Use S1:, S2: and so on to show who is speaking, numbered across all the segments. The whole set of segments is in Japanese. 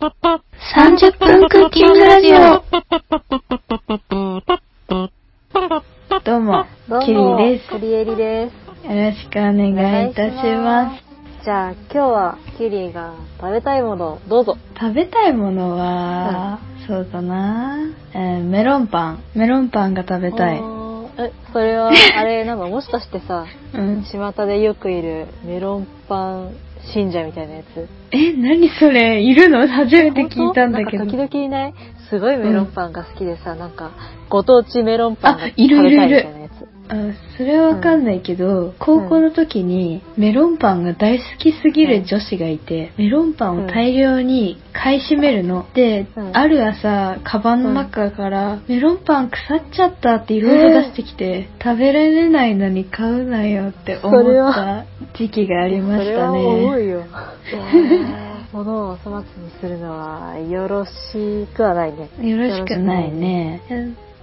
S1: 30分クッキングラジオどうも
S2: どう、も
S1: キリで
S2: クリエリです
S1: す。よろしくお願いいたします。
S2: じゃあ今日はキリが食べたいものをどうぞ
S1: 食べたいものは、そうだな、えーメロンパン。メロンパンが食べたい。
S2: おーえそれ はあれなんかもしかしてさ
S1: うん。
S2: 巷でよくいるメロンパン信者みたいなやつ
S1: え、何それいるの初めて聞いたんだけど
S2: 本当。なんか時々いないすごいメロンパンが好きでさ、なんかご当地メロンパンが
S1: あ
S2: 食べ
S1: いる
S2: た
S1: いる
S2: いみた
S1: いる
S2: いなやつ
S1: あそれはわかんないけど、高校の時にメロンパンが大好きすぎる女子がいて、メロンパンを大量に買い占めるの。で、
S2: うん
S1: ある朝、カバンの中から、メロンパン腐っちゃったっていろいろ出してきて、食べられないのに買うなよって思
S2: それ
S1: っ
S2: は
S1: た時期がありま
S2: そ
S1: し
S2: れ
S1: た
S2: は重
S1: ね。
S2: いよ。物を粗末にするのはよろしくはないね。
S1: よろしくないね。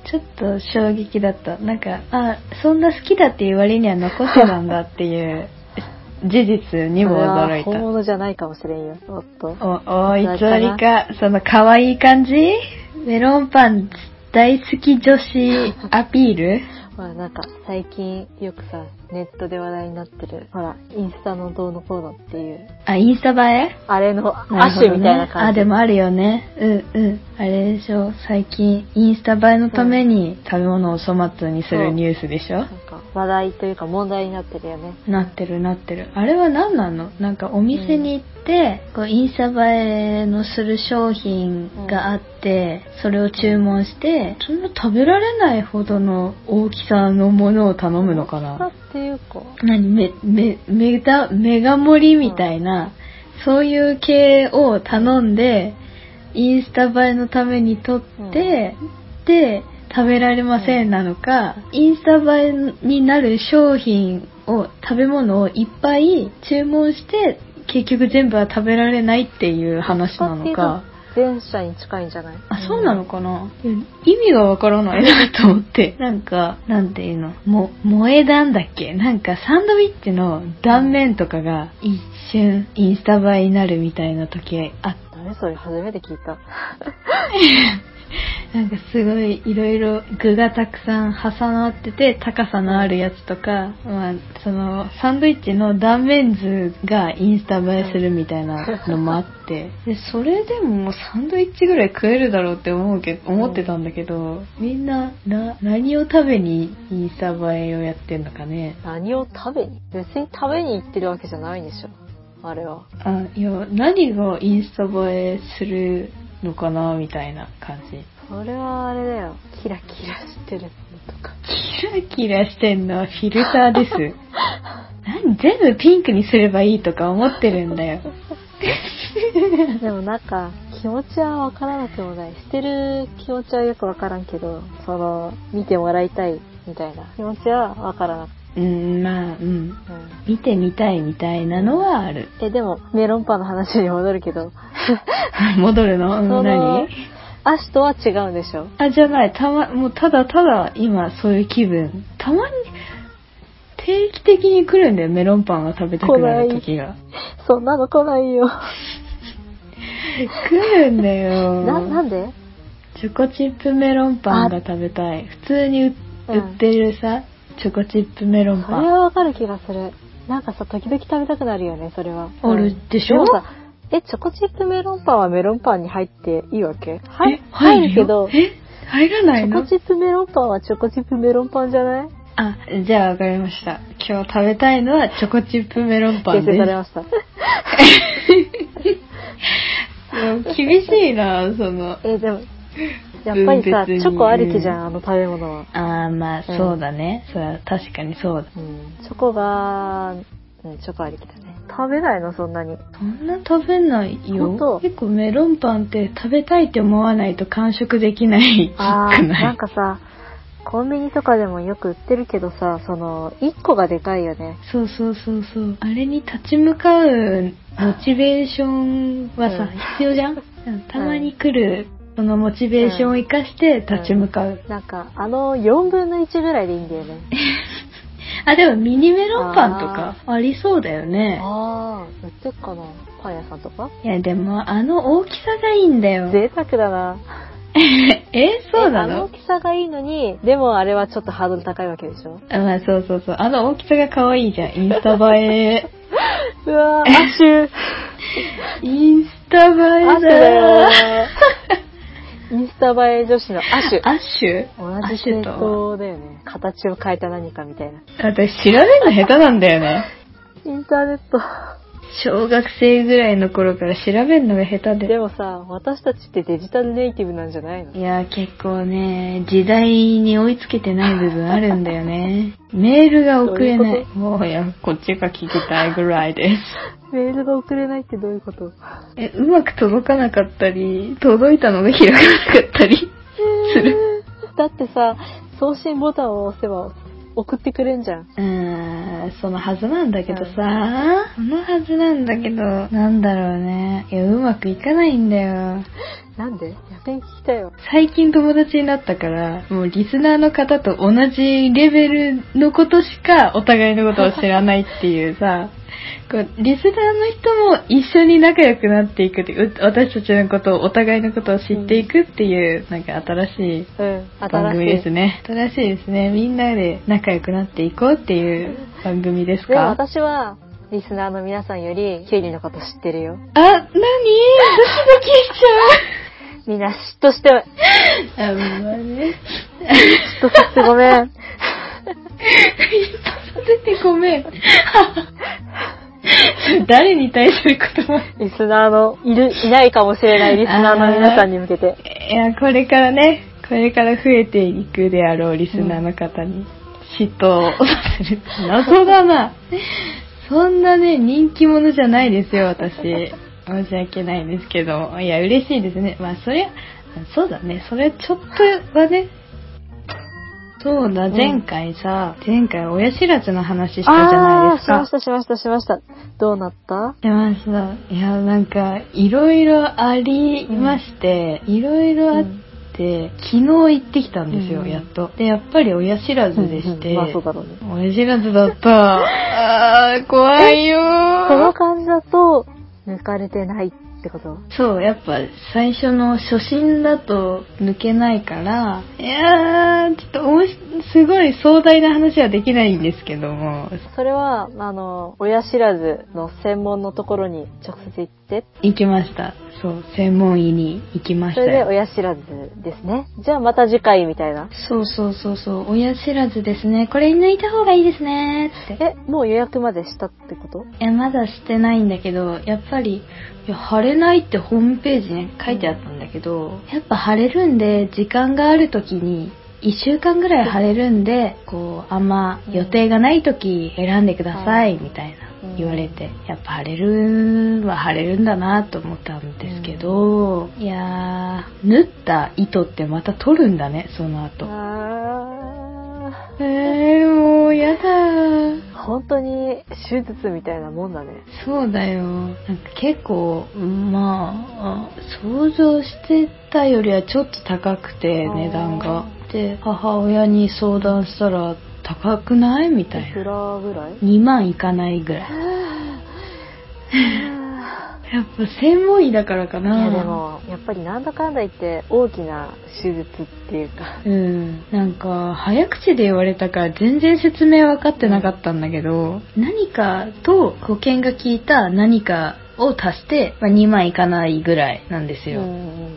S1: ちょっと衝撃だった。なんか、あ、そんな好きだっていう割には残してたんだっていう事実に
S2: よろしくないね。それは
S1: も驚い
S2: 本
S1: た。
S2: 物じゃないかもしれんよ。おっと。
S1: お、おい、つわりか、その可愛い感じメロンパン大好き女 子アピール
S2: まあなんか最近よくさ、ネットで話題になってる、ほら、インスタのどうのこうのっていう、
S1: あ、インスタ映え
S2: あれの
S1: なる
S2: 亜
S1: ほどね
S2: 種みたいな感じ。
S1: あ、でもあるよね。うんうん。あれでしょ、最近、インスタ映えのために食べ物を粗末にするニュースでしょ
S2: なんか話題というか問題になってるよね。
S1: なってるなってる。あれは何なのなんかお店に行って、こうインスタ映えのする商品があって、それを注文して、そんな食べられないほどの大きさのものを頼むのか
S2: だっ
S1: な
S2: ていうか、
S1: 何め、め、めだ、メガ盛りみたいな、そういう系を頼んで、インスタ映えのために撮って、で、食べられませんなのか、インスタ映えになる商品を、食べ物をいっぱい注文して、結局全部は食べられないっていう話なのか。
S2: 前者に近いんじゃない
S1: あ、そうなのかな、意味がわからないなと思って。なんか、なんていうのも、萌え断だっけなんかサンドイッチの断面とかが一瞬インスタ映えになるみたいな時あっ
S2: 何それ初めて聞いた。
S1: なんかすごいいろいろ具がたくさん挟まってて高さのあるやつとか、まあ、そのサンドイッチの断面図がインスタ映えするみたいなのもあ ってでそれでももうサンドイッチぐらい食えるだろうって思うけ思ってたんだけどみんなな何を食べにインスタ映えをやってんのかね
S2: 何を食べに別に食べに行ってるわけじゃないんでしょあれは
S1: あいや何がインスタ映えするのかなみたいな感じ
S2: それはあれだよキラキラしてるのとか
S1: キラキラしてんのはフィルターです。 何全部ピンクにすればいいとか思ってるんだよ。
S2: でもなんか気持ちはわからなくもないしてる気持ちはよくわからんけどその見てもらいたいみたいな気持ちはわからなく
S1: うん、まあ、うん。
S2: うん
S1: 見てみたいみたいなのはある。
S2: えでもメロンパンの話に戻るけど
S1: 戻るの、う
S2: そ
S1: ん、
S2: の
S1: 何
S2: アシとは違うんでしょ
S1: あ、じゃない。たま、もうただただ今そういう気分。たまに、定期的に来るんだよ、メロンパンが食べたくなる時が。
S2: そんなの来ないよ
S1: 来るんだ よ。
S2: ななんで
S1: チョコチップメロンパンが食べたい。普通に売
S2: うん
S1: 売ってるさ、チョコチップメロン
S2: そ
S1: パン
S2: れ。はわかる気がするなんかさ時々食べたくなるよねそれは
S1: あるでしょ
S2: もさえチョコチップメロンパンはメロンパンに入っていいわけはい
S1: え
S2: 入るけ
S1: よ
S2: どチ
S1: え入らない
S2: ョコ
S1: の
S2: チップメロンパンはチョコチップメロンパンじゃない
S1: あ、じゃあわかりました。今日食べたいのはチョコチップメロンパ
S2: 訂
S1: ンで
S2: 正さ
S1: す
S2: れ。ました
S1: でも厳しいな、その。
S2: えでもやっぱりさ
S1: 分別に
S2: チョコありきじゃんあの食べ物は、
S1: あー、まあ、
S2: うん
S1: そうだね。それは確かにそうだ。
S2: うん、チョコが、うん、チョコありきだね食べないのそんなに
S1: そんな食べない
S2: 本当
S1: よ。結構メロンパンって食べたいって思わないと完食できない。
S2: あ
S1: く
S2: ー
S1: ない
S2: なんかさコンビニとかでもよく売ってるけどさその1個がでかいよね
S1: そうそうそうそう。あれに立ち向かうモチベーションはさ、
S2: うん
S1: 必要じゃんたまに来る、そのモチベーションを生かして立ち向かう。
S2: なんか、あの、4分の1ぐらいでいいんだよね。
S1: あ、でもミニメロンパンとかありそうだよね。
S2: ああ、売ってっかな。パン屋さんとか
S1: いや、でも、あの大きさがいいんだよ。
S2: 贅沢だな。
S1: え、そうな
S2: えあの大
S1: の
S2: きさがいいのに、でもあれはちょっとハードル高いわけでしょ
S1: あまあ、そうそうそう。あの大きさが可愛いじゃん。インスタ 映え。
S2: うわー、アシュ。
S1: インスタ映え
S2: アシュ
S1: だー。
S2: だよー。インスタ映え女子のアシュ。
S1: アッシュ
S2: 同
S1: アッ
S2: じ
S1: シュ
S2: 系
S1: とは。
S2: 統だよね。形を変えた何かみたいな。
S1: 私調べるの下手なんだよね。
S2: インターネット。
S1: 小学生ぐらいの頃から調べるのが下手
S2: で
S1: で。
S2: もさ、私たちってデジタルネイティブなんじゃないの
S1: いや、結構ね、時代に追いつけてない部分あるんだよね。メールが送れな
S2: どうい
S1: いう
S2: こ。
S1: もういや、こっちが聞きたいぐらいです。
S2: メールが送れないってどういうこと
S1: え、うまく届かなかったり、届いたのが開かなかったりする。
S2: だってさ、送信ボタンを押せば送ってくれんじゃん。
S1: うーん、そのはずなんだけどさ、そのはずなんだけど、なんだろうね。いや、うまくいかないんだよ。
S2: なんで逆に聞きたいよ。
S1: 最近友達になったから、もうリスナーの方と同じレベルのことしかお互いのことを知らないっていうさ、 こうリスナーの人も一緒に仲良くなっていくっていう、う私たちのことを、お互いのことを知っていくっていう、なんか新しい
S2: うん、
S1: 番
S2: 新
S1: 組で
S2: しい
S1: す。ね。新しいですね。みんなで仲良くなっていこうっていう 番組です
S2: でも
S1: か
S2: 私は、リスナーの皆さんより、キュウリのこと知ってるよ。
S1: あ、 なにドキドキしち
S2: みんな嫉妬して、
S1: ゃう。あ、まあね。
S2: 嫉妬させてご めん。
S1: 出てごめん。 誰に対する言葉
S2: リスナーの、いる、いないかもしれないリスナーの皆さんに向けて。
S1: いや、これからね、これから増えていくであろうリスナーの方に嫉妬をさせる。謎だな。そんなね、人気者じゃないですよ、私。申し訳ないんですけど。いや、嬉しいですね。まあ、そりゃ、そうだね。それちょっとはね、そうだ、
S2: ん
S1: 前回さ、前回親知らずの話したじゃない
S2: あー、
S1: です
S2: しま
S1: か
S2: し。たしましたしました。どうなった
S1: 出ました。いや、なんか、いろいろありまして、いろいろあって、昨日行ってきたんですよ、
S2: うん
S1: やっと。で、やっぱり親知らずでし
S2: うん
S1: て、
S2: うんまあそうだろうね。
S1: 親知らずだった。 あー、怖いよ
S2: この
S1: ー。
S2: 感じだと、抜かれてないってこと
S1: そう、やっぱ最初の初心だと抜けないから、いやー、ちょっとおもしすごい壮大な話はできないんですけども、
S2: それは、あの、親知らずの専門のところに直接行って、
S1: 行きました。そう、専門医に行きまし
S2: そ
S1: た
S2: れで
S1: よ。
S2: 親知らずですね。じゃあまた次回みたいな。
S1: そうそうそうそう、親知らずですね。これ抜いた方がいいですねって。
S2: え、もう予約までしたってこと
S1: え、まだしてないんだけど、やっぱり、いや、腫れないってホームページに書いてあったんだけど、やっぱ腫れるんで、時間がある時に、1週間ぐらい腫れるんで、こう、あんま予定がない時選んでください、みたいな
S2: うん
S1: 言われて、やっぱ腫れるは腫れるんだなと思ったんですけど、いやー、縫った糸ってまた取るんだね、その後。
S2: あ
S1: えー、もうやだー
S2: ー本当に手術みたいなもんだね。
S1: そうだよなんか結構まああ想像してたよりはちょっと高くて
S2: あー
S1: 値段がで母親に相談したら高くないみた
S2: い
S1: い
S2: く
S1: な
S2: らぐらい
S1: 2万いかないぐらい
S2: い
S1: やっぱ専門医だからかな
S2: やでも、やっぱりなんだかんだ言って大きな手術っていうか。
S1: うん、なんか早口で言われたから全然説明分かってなかったんだけど何かと保険が効いた何かを足して、まあ、2万いかないぐらいなんです
S2: うん
S1: よ、
S2: うん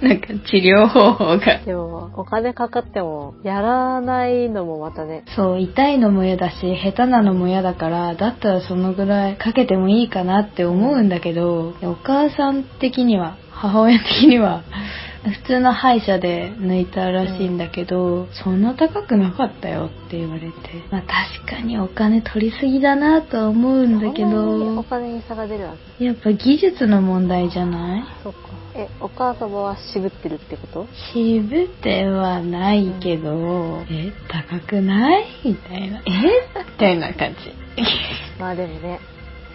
S1: なんか治療方法が
S2: でも、お金かかっても、やらないのもまたね。
S1: そう痛いのも嫌だし下手なのも嫌だからだったらそのぐらいかけてもいいかなって思うんだけどお母さん的には母親的には普通の歯医者で抜いたらしいんだけど、そんな高くなかったよって言われてまあ確かにお金取りすぎだなとは思うんだけ
S2: そんなにお
S1: ど
S2: 金に差が出るわけ。
S1: やっぱ技術の問題じゃない
S2: そうか。え、お母様は渋ってるってこと
S1: 渋てはないけど、え高くないみたいなえみたいな感じ
S2: まあでもね、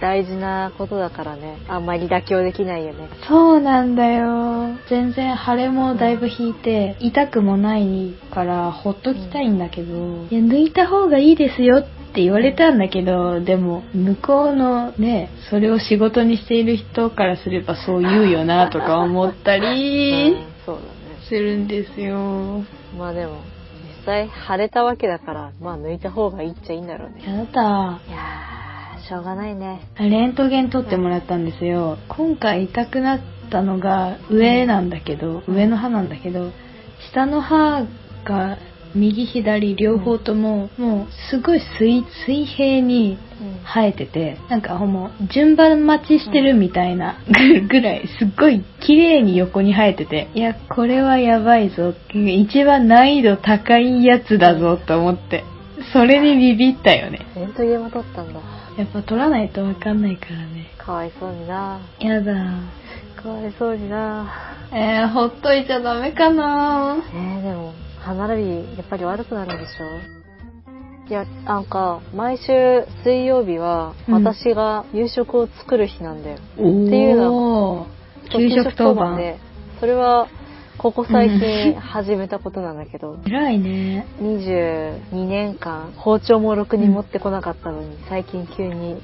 S2: 大事なことだからね、あんまり妥協できないよね。
S1: そうなんだよ全然腫れもだいぶ引いて痛くもないからほっときたいんだけど、いや抜いた方がいいですよってって言われたんだけど、でも、向こうのね、それを仕事にしている人からすればそう言うよなとか思ったり
S2: うんそうだね。
S1: するんですよ。
S2: まあでも、実際腫れたわけだから、まあ抜いた方がいいっちゃいいんだろうね。
S1: やだ。
S2: いやー、しょうがないね。
S1: レントゲン撮ってもらったんですよ。今回痛くなったのが上なんだけど、上の歯なんだけど、下の歯が右左両方とも、もうすごい水水平に
S2: うん
S1: 生えてて、なんかもう順番待ちしてるみたいなぐぐらい、すっごい綺麗に横に生えてて、いや、これはやばいぞ。一番難易度高いやつだぞと思って。それにビビったよね。
S2: レントゲンも取ったんだ。
S1: やっぱ取らないとわかんないからね。
S2: かわいそうにな。
S1: やだ。
S2: かわいそうにな。
S1: えー、ほっといちゃダメかな
S2: えー、でも、歯並び、やっぱり悪くなるんでしょいや、なんか、毎週水曜日は、
S1: うん
S2: 私が夕食を作る日なんだよ。
S1: お
S2: っていう
S1: の給食当番。
S2: で、それは、ここ最近
S1: うん
S2: 始めたことなんだけど、
S1: 偉いね。
S2: 22年間包丁もろくに持ってこなかったのに、最近急に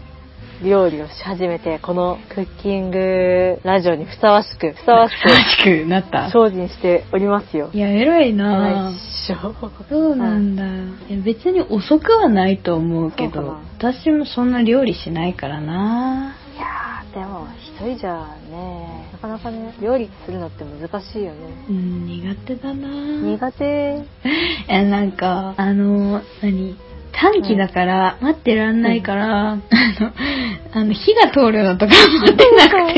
S2: 料理をし始めてこのクッキングラジオにふさわしくふさわし
S1: 正しくなった
S2: く。精進しておりますよ
S1: いや、偉いな
S2: 内緒
S1: そうなんだ、いや別に遅くはないと思うけ
S2: そうか
S1: ど私もそんな料理しないからない
S2: やーでも一人じゃねなかなかね料理するのって難しいよね
S1: うん苦手だな
S2: 苦手
S1: えなんかあの何短期だから、待ってらんないから、あのあの 火が通るのとか待ってなく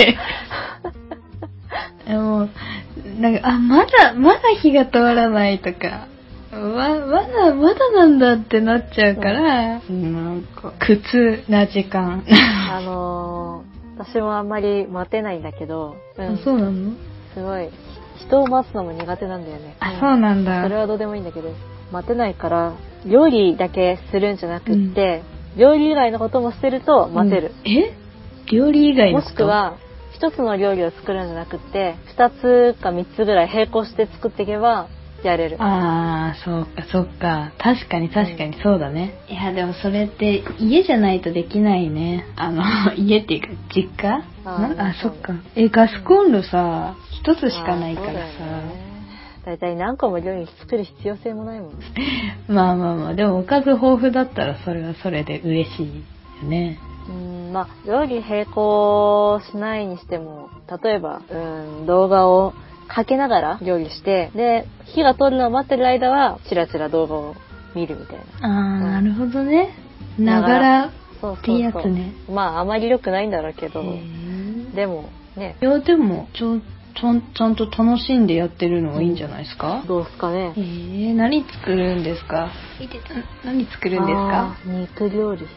S1: てもうなんかあまだまだ火が通らないとかわまだまだなんだってなっちゃうから、なんか苦痛な時間
S2: あのー、私もあんまり待てないんだけど、うん
S1: あ、そうなの
S2: すごい人を待つのも苦手なんだよね
S1: あ、そうなんだ。
S2: それはどうでもいいんだけど待てないから料理だけするんじゃなくって、料理以外のこともしてると待てる、
S1: うん。え料理以外
S2: も
S1: のこ
S2: し
S1: と
S2: く、は一つの料理を作るんじゃなくって二つか三つぐらい並行して作っていけばやれる
S1: ああ、そうか、そうか。確かに確かにそうだね。いや、でもそれって家じゃないとできないね。あの、 家っていうか、実家
S2: あー
S1: なんあ、
S2: そ
S1: そうっか。え、ガスコンロさ、一つしかないから
S2: あ
S1: さ。
S2: ーそうだよねだいたい何個も料理作る必要性もないもんね
S1: まあまあまあ、でもおかず豊富だったらそれはそれで嬉しいよね。
S2: うんまあ料理並行しないにしても例えばうん動画をかけながら料理してで火が通るのを待ってる間はチラチラ動画を見るみたいな
S1: ああ、なるほどね。ながら
S2: そうそうそう
S1: ってやつね。
S2: まああまり良くないんだろうけど
S1: へー
S2: でもね
S1: いやでもちょちゃんちゃんと楽しんでやってるのはいいんじゃないですか、
S2: どうすかね
S1: えー、何作るんですか何作るんです
S2: あ
S1: か
S2: ー肉料理
S1: 肉料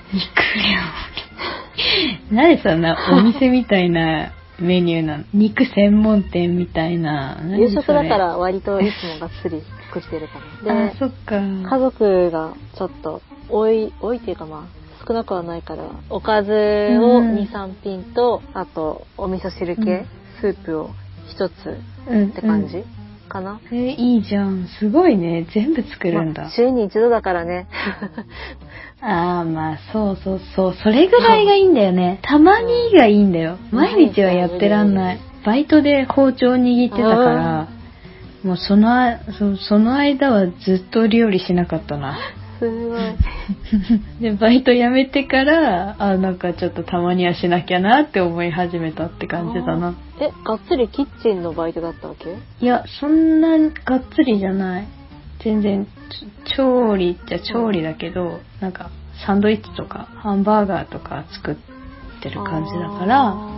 S1: 理なんで そんなお店みたいなメニューなの肉専門店みたいな
S2: 夕食だから割といつもがっつり作ってるか
S1: で
S2: ら
S1: あ
S2: で
S1: そっか
S2: 家族がちょっと多い多いっていうかまあ少なくはないからおかずを
S1: うん
S2: 23品とあとお味噌汁系、
S1: うん
S2: スープを1つ
S1: うん
S2: って感
S1: う
S2: じかな、
S1: んえーいいじゃんすごいね全部作るんだ、
S2: まあ週に一度だから ね
S1: ああまあそうそうそうそれぐらいがいいんだよねたまにがいいんだよ毎日はやってらんないバイトで包丁握ってたからもうそのあそその間はずっと料理しなかったな
S2: すごい
S1: でバイト辞めてからあなんかちょっとたまにはしなきゃなって思い始めたって感じだな
S2: あーえがっつりキッチンのバイトだったわけ
S1: いやそんながっつりじゃない全然ち調理っちゃ調理だけどなんかサンドイッチとかハンバーガーとか作ってる感じだから
S2: あ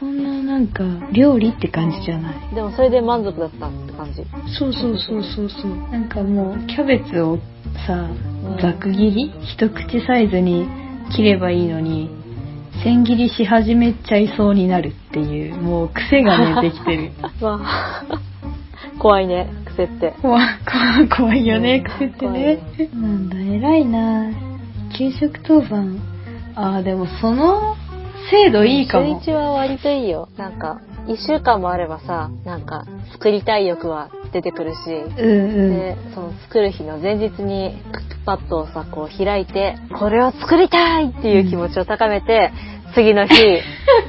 S1: そんななんか料理って
S2: ー
S1: 感じじゃない
S2: でもそれで満足だったって感 じ
S1: そうそうそうそうそうなんかもうキャベツをさ
S2: ん
S1: ざく切り一口サイズに切ればいいのに千切りし始めちゃいそうになるっていうもう癖が ねできてる
S2: わあ怖いね癖って
S1: 怖い怖い怖いよね、
S2: うん
S1: 癖ってね。なんだ、偉いな。給食当番。ああ、でもその、精度いいかも
S2: 週。一は割といいよ。なんか、一週間もあればさ、なんか、作りたい欲は出てくるし、
S1: うんうん。
S2: で、その作る日の前日に、クックパッドをさ、こう開いて、これを作りたいっていう気持ちを高めて、次の日、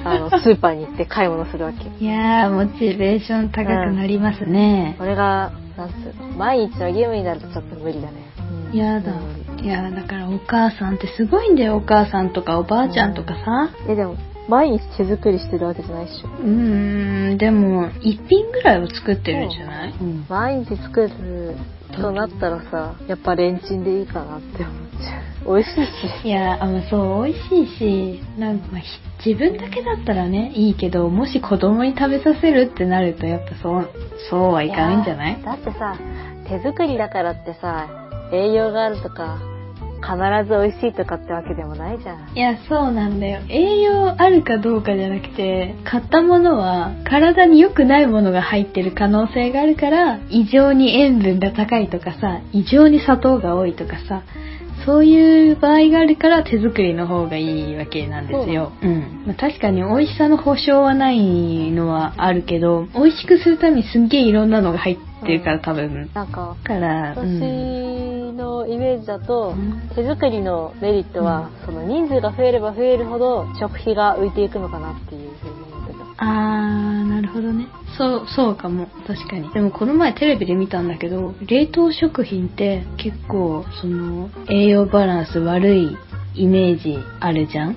S2: あの、スーパーに行って買い物するわけ。
S1: いやー、モチベーション高くなりますね
S2: こ。れが、なんつうの、毎日のゲームになるとちょっと無理だね。うん
S1: やだ
S2: うん。
S1: いやー、だからお母さんってすごいんだよ、お母さんとかおばあちゃんとかさ。
S2: え、でも、毎日手作りしてるわけじゃないっしょ。
S1: うーん、でも、一品ぐらいは作ってるんじゃないうん。
S2: 毎日作るとなったらさ、やっぱレンチンでいいかなって思っちゃう。美味しいし。
S1: いやー、あの、そう、美味しいし、なんか、ひ自分だけだったらね、いいけど、もし子供に食べさせるってなると、やっぱそう、そうはいかないんじゃない
S2: やだってさ、手作りだからってさ、栄養があるとか、必ず美味しいとかってわけでもないじゃん。
S1: いや、そうなんだよ。栄養あるかどうかじゃなくて、買ったものは体に良くないものが入ってる可能性があるから、異常に塩分が高いとかさ、異常に砂糖が多いとかさ、そういう場合があるから手作りの方がいいわけなんですよ。うん。まあ確かに美味しさの保証はないのはあるけど、美味しくするためにすっげえいろんなのが入ってるから多分。
S2: なんか、
S1: だから、う
S2: 私
S1: ん。
S2: のイメージだと
S1: うん、
S2: 手作りのメリットは、その人数が増えれば増えるほど、食費が浮いていくのかなっていうふうに思ってた。
S1: あー、なるほどね。そう、そうかも。確かに。でもこの前テレビで見たんだけど、冷凍食品って結構、その、栄養バランス悪いイメージあるじゃん
S2: うん。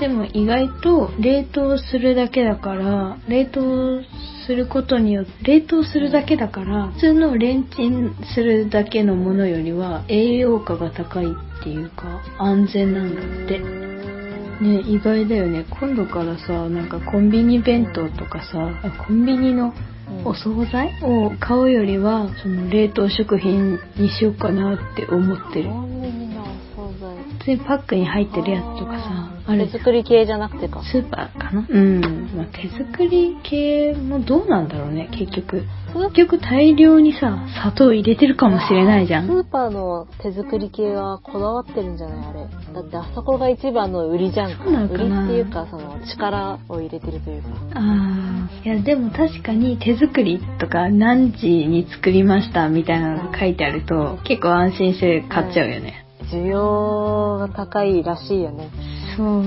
S1: でも意外と冷凍するだけだから、冷凍することによって、冷凍するだけだから、普通のレンチンするだけのものよりは栄養価が高いっていうか、安全なんだって。ね意外だよね今度からさなんかコンビニ弁当とかさあコンビニの
S2: うん
S1: お惣菜を買うよりはその冷凍食品にしようかなって思ってる
S2: コンビニのお惣菜。
S1: 普通にパックに入ってるやつとかさあれ
S2: 手作り系じゃなくてか。
S1: スーパーかなうん、まあ、手作り系もどうなんだろうね結局結局大量にさ砂糖入れてるかもしれないじゃ
S2: ス
S1: ん
S2: ーパーの手作り系はこだわってるんじゃないあれ。だってあそこが一番の売りじゃん
S1: そうなの
S2: 売
S1: か
S2: りっ
S1: な
S2: ていうか、その力を入れてるというか。
S1: ああいやでも確かに手作りとか何時に作りましたみたいなのが書いてあると結構安心して買っちゃうよね、
S2: 需要が高いらしいよね。
S1: そう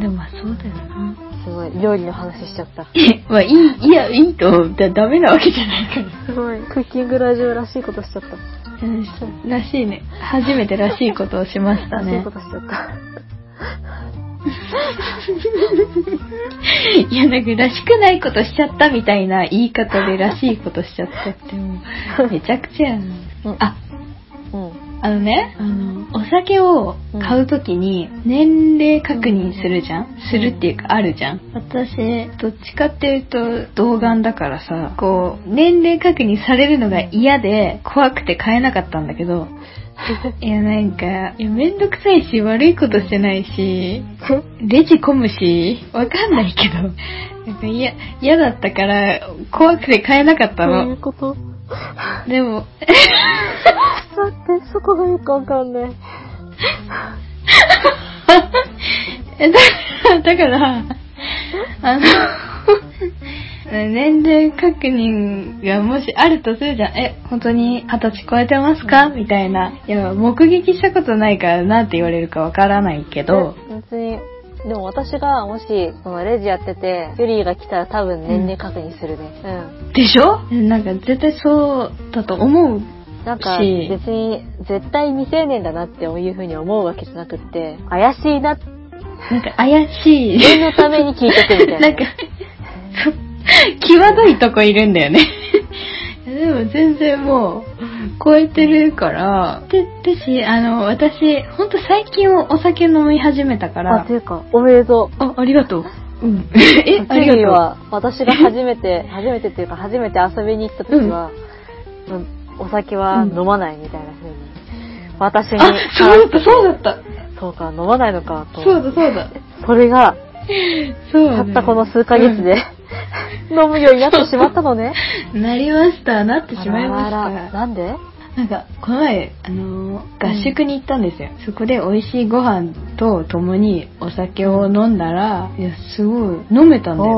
S1: でもまあそうだよな
S2: すごい。料理の話しちゃった。
S1: まあいいいやいいとだダメなわけじゃないから
S2: すごい。クッキングラジオらしいことしちゃった。
S1: うんそうらしいね初めてらしいことをしました
S2: らしい
S1: ね
S2: ことしちゃった。
S1: いやなんからしくないことしちゃったみたいな言い方でらしいことしちゃ ったってもうめちゃくちゃやな
S2: うん
S1: あ
S2: うん。
S1: あのね、あの、 お酒を買うときに年齢確認するじゃん、するっていうかあるじゃん私、どっちかっていうと童顔だからさ、こう、年齢確認されるのが嫌で怖くて買えなかったんだけど、いやなんか、いやめんどくさいし悪いことしてないし、レジ混むし、わかんないけど、なんか嫌、嫌だったから怖くて買えなかった
S2: どうい
S1: の
S2: う。こと
S1: でも、
S2: 待って、そこがよくわかんない。
S1: えだ だから、 あの、年齢確認がもしあるとするじゃん。え、本当に二十歳超えてますか、みたいな。いや、目撃したことないからなんて言われるかわからないけど。
S2: え別にでも私がもしそのレジやっててユリーが来たら多分年齢確認するねうん、
S1: でしょなんか絶対そうだと思う。
S2: なんか別
S1: し
S2: に絶対未成年だなっていうふうに思うわけじゃなくって怪しいな自
S1: なんか怪しい。
S2: 分のために聞いてくみたいな
S1: なんか、そう際どいとこいるんだよね。でも全然もう、超えてるから。で、でし、あの、私、ほんと最近お酒飲み始めたか
S2: あ
S1: ら
S2: と。いうかおめでとう
S1: あ、ありがとう。 うん。 え、あり
S2: ユリー
S1: がと
S2: は私が初めて初めてっていうか初めて遊びに行った時は、うんお酒は飲まないみたいなふうに、私
S1: う。
S2: に
S1: あ、そうだった、そうだった。
S2: そうか飲まないのかと
S1: そうだ、そうだ。
S2: それが
S1: そうだね、
S2: たったこの数ヶ月で、飲むようになってしまったのね。
S1: なりました。なってしまいまし
S2: あらあら
S1: た。
S2: なんで
S1: なんかこの前、あのー合宿に行ったんですよ、そこで美味しいご飯と共にお酒を飲んだらいやすごい飲めたんだよ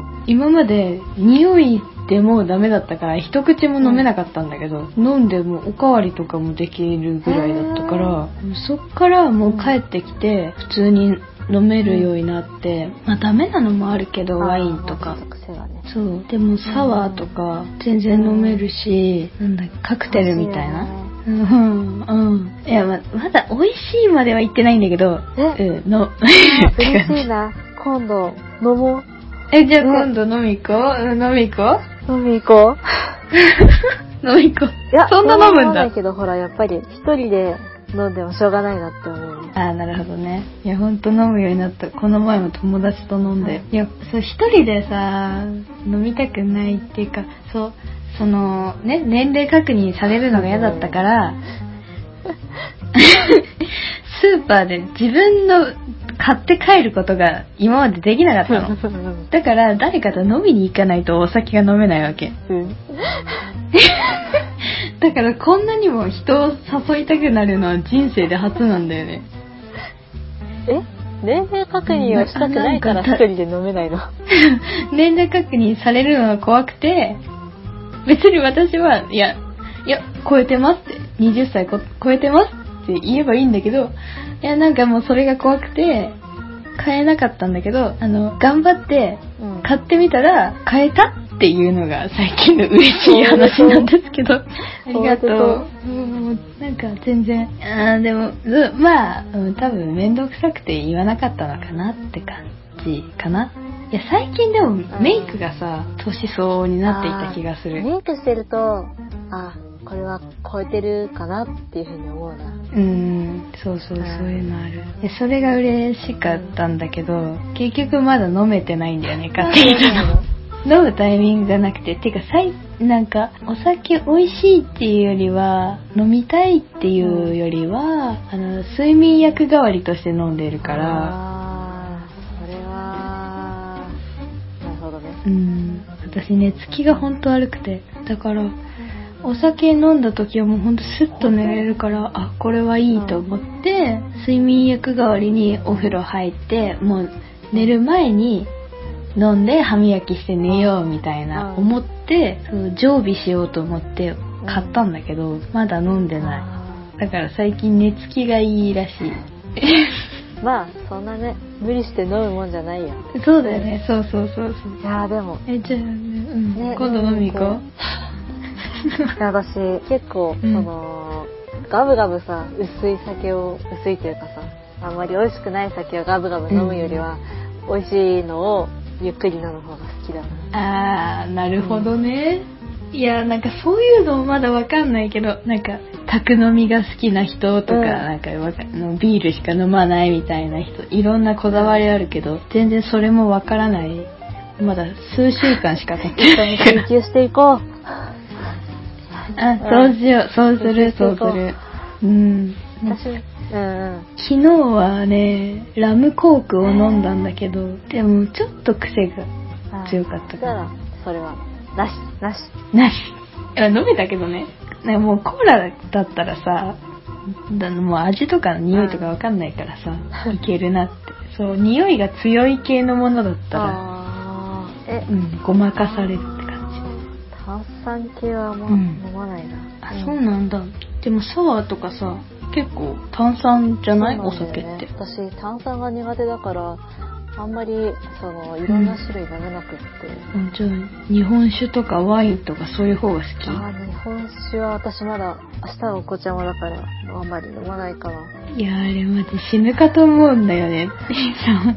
S2: おーおーおー
S1: 今まで匂いでもうダメだったから一口も飲めなかったんだけど、飲んでもおかわりとかもできるぐらいだったからそっからもう帰ってきて普通に飲めるようになって、まあダメなのもあるけどワインと
S2: あ
S1: か
S2: ー癖がね
S1: そうでもサワーとか全然飲めるし、なんだカクテルみたいなうんうんいやままだ美味しいまでは言ってないんだけど
S2: え
S1: うんのって
S2: 嬉
S1: 感
S2: しい
S1: じ
S2: な今度飲も
S1: えじゃあ今度飲み行こう、うん飲み行こう
S2: う飲み行こう
S1: 飲み行こう
S2: いや
S1: そんな飲む
S2: そは
S1: ん
S2: 飲まな
S1: だ
S2: いけどほらやっぱり一人で飲んでもしょうがないなって思う
S1: ああなるほどねいやほんと飲むようになったこの前も友達と飲んで、
S2: はい
S1: い、やそう一人でさ飲みたくないっていうかそうそのね年齢確認されるのが嫌だったから、スーパーで自分の買って帰ることが今までできなかったのだから誰かと飲みに行かないとお酒が飲めないわけ
S2: うん
S1: だからこんなにも人を誘いたくなるのは人生で初なんだよね
S2: え年齢確認をしたくないから一人で飲めないの。
S1: 年齢確認されるのが怖くて別に私はいやいや超えてますって20歳こ超えてますって言えばいいんだけどいやなんかもうそれが怖くて買えなかったんだけどあの頑張って
S2: うん
S1: 買ってみたら買えたっていうのが最近の嬉しい話なんですけどありがとううんなんか全然あーでもうんまあ、うん、多分面倒くさくて言わなかったのかなって感じかないや最近でもメイクがさ年相応になっていた気がする
S2: メイクしてると、あ、これは超えてるかなっていうふうに思うな。
S1: うんそうそうそういうのあるいやそれが嬉しかったんだけど結局まだ飲めてないんだよね買ってきた の飲むタイミングがなくててかさいなんかお酒美味しいっていうよりは飲みたいっていうよりは、あの睡眠薬代わりとして飲んでるから
S2: あーそれは、なるほどね。
S1: うん私ね月が本当悪くてだからお酒飲んだ時はもうほんとスッと寝れるからあこれはいいと思って睡眠薬代わりにお風呂入ってもう寝る前に飲んで歯磨きして寝ようみたい
S2: う
S1: な
S2: ん
S1: 思ってそう常備しようと思って買ったんだけどまだ飲んでな
S2: あ
S1: いだから最近寝つきがいいらしい
S2: ーまあ、そんなね、無理して飲むもんじゃないよ。
S1: そうだよねそうそうそうそう
S2: いやーでも、
S1: えじゃあ、うん
S2: ね
S1: 今度飲み行こう
S2: 私、結構、そ
S1: うん
S2: の、ガブガブさ、薄い酒を、薄いというかさ、あんまり美味しくない酒をガブガブ飲むよりは、美味しいのをゆっくり飲む方が好きだな。
S1: あーなるほどね、いやなんかそういうのまだわかんないけどなんか宅飲みが好きな人とか,、
S2: うん
S1: なんかわかあのビールしか飲まないみたいな人いろんなこだわりあるけど全然それもわからないまだ数週間しか経って
S2: 一緒
S1: な
S2: に
S1: いから
S2: 追求していこう。
S1: あそうしようそうするそうするうん
S2: 私、うんうん。
S1: 昨日はねラムコークを飲んだんだけどでもちょっと癖が強かった
S2: だ
S1: か
S2: からら、それは、なし、なし。
S1: なし。いや飲めたけどね。ねもうコーラだったらさ、だもう味とか匂いとかわかんないからさ、いけるなって。そう、匂いが強い系のものだったら、
S2: あーえ
S1: う、ん、ごまかされるって感
S2: 炭酸系はもう
S1: うん
S2: 飲まないな。
S1: じ。あ、そうなんだ。でもサワーとかさ、結構炭酸じゃない、お
S2: そう
S1: 酒
S2: ん
S1: っ
S2: だよね
S1: て。
S2: 私炭酸が苦手だからあんまりそのいろんな種類飲めなくって、
S1: うんじゃあ、日本酒とかワインとかそういう方が好き
S2: あー日本酒は私まだ明日はお子ちゃまだからあんまり飲まないから
S1: いやあれマジ死ぬかと思うんだよね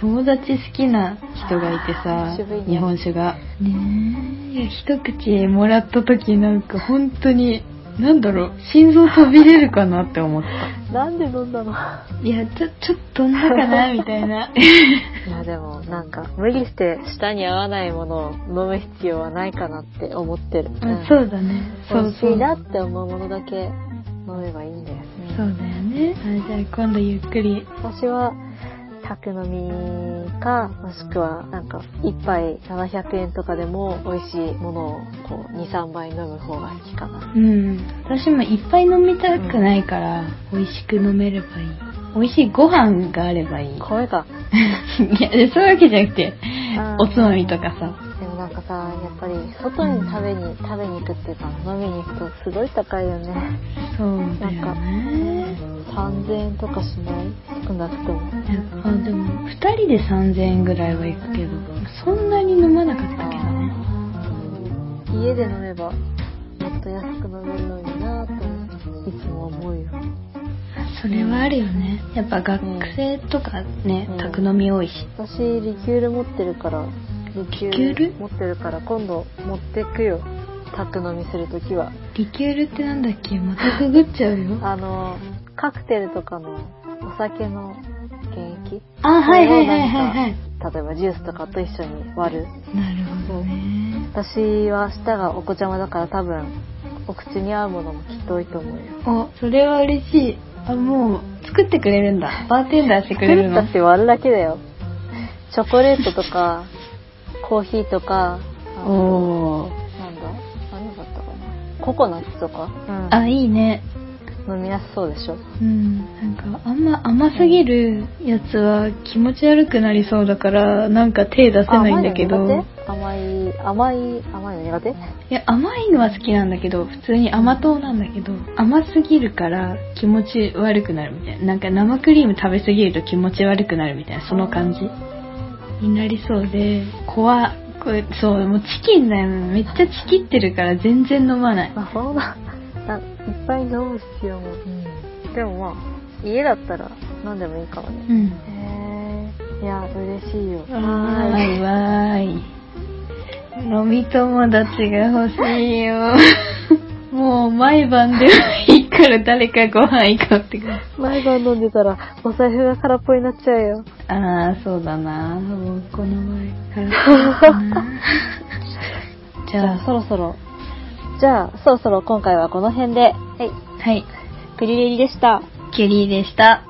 S1: 友達好きな人がいて
S2: あー
S1: さ
S2: 渋いね
S1: 日本酒がねえいや一口もらった時なんか本当になんだろう心臓飛び出るかなって思った
S2: なんで飲んだのい
S1: いやちょちょっと飛んだかなみたいな
S2: やでもなんか無理して舌に合わないものを飲む必要はないかなって思ってる、
S1: まあ
S2: う
S1: そ
S2: ん
S1: うだね
S2: 美
S1: そう
S2: 味し
S1: そう
S2: いなって思うものだけ飲めばいいんだよね
S1: そうだよねあじゃあ今度ゆっくり
S2: 私は宅飲みか、もしくはなんか1杯700円とかでも美味しいものをこう2、3杯飲む方が好きかな。
S1: うん。私もいっぱい飲みたくないから、美味しく飲めればいい。美味しいご飯があればいい。
S2: 米か。
S1: いや、でそういうわけじゃなくて、
S2: あー
S1: おつまみとかさ。
S2: でもなんかさ、やっぱり外に食べに、食べに行くっていうか、飲みに行くとすごい高いよね。
S1: そうだよね。
S2: 3000円とかしない少なくとも。
S1: あ、でも、二人で3000円ぐらいは行くけど、そんなに飲まなかったけどね。
S2: 家で飲めばもっと安く飲めるのになぁといつも思うよ。
S1: それはあるよね。やっぱ学生とかね
S2: う、ん
S1: 宅飲み多いし。
S2: 私リキュール持ってるからリキュ
S1: リキュール
S2: 持ってるから今度持ってくよ宅飲みするときは
S1: リキュールってなんだっけまたググっちゃうよ。
S2: あのカクテルとかのお酒の原液
S1: あ、はいはいはいはいはい。
S2: 例えばジュースとかと一緒に割る
S1: なるほどね。
S2: 私は舌がお子ちゃまだから多分お口に合うものもきっと多いと思うよ
S1: お、それは嬉しい。あ、もう、作ってくれるんだ。バーテンダーしてく
S2: く
S1: れ
S2: る
S1: る
S2: った
S1: の
S2: っ。て割るだけだよチョコレートと かコーヒーとかあの
S1: おー。
S2: なんだ何だったかなココナッツとか、
S1: あ、いいね。
S2: 飲みやすそうでしょ
S1: うん。なんか、あんま甘すぎるやつは気持ち悪くなりそうだから、なんか手出せないんだけど。
S2: 甘いの苦手甘い甘いの苦手
S1: いや、甘いのは好きなんだけど、普通に甘党なんだけど、甘すぎるから気持ち悪くなるみたいな。なんか生クリーム食べすぎると気持ち悪くなるみたいな、その感じになりそうで、怖っこれ、そう、もうチキンだよ。めっちゃチキってるから全然飲まない。
S2: まあそんなないっぱい飲む必要も、でもまあ家だったら飲んでもいいかもね
S1: うん。
S2: へえいや嬉しいよ
S1: わーい、わーい。飲み友達が欲しい よ。もう毎晩でもいいから誰かご飯行こうって感じ。
S2: 毎晩飲んでたらお財布が空っぽになっちゃうよ
S1: ああ、そうだな。もうこの前からか な。じ
S2: じ
S1: ゃ
S2: ゃ
S1: あ、
S2: あそろそろじゃあそろそろ今回はこの辺ではい
S1: はい。
S2: クリレリでした
S1: キュリーでした。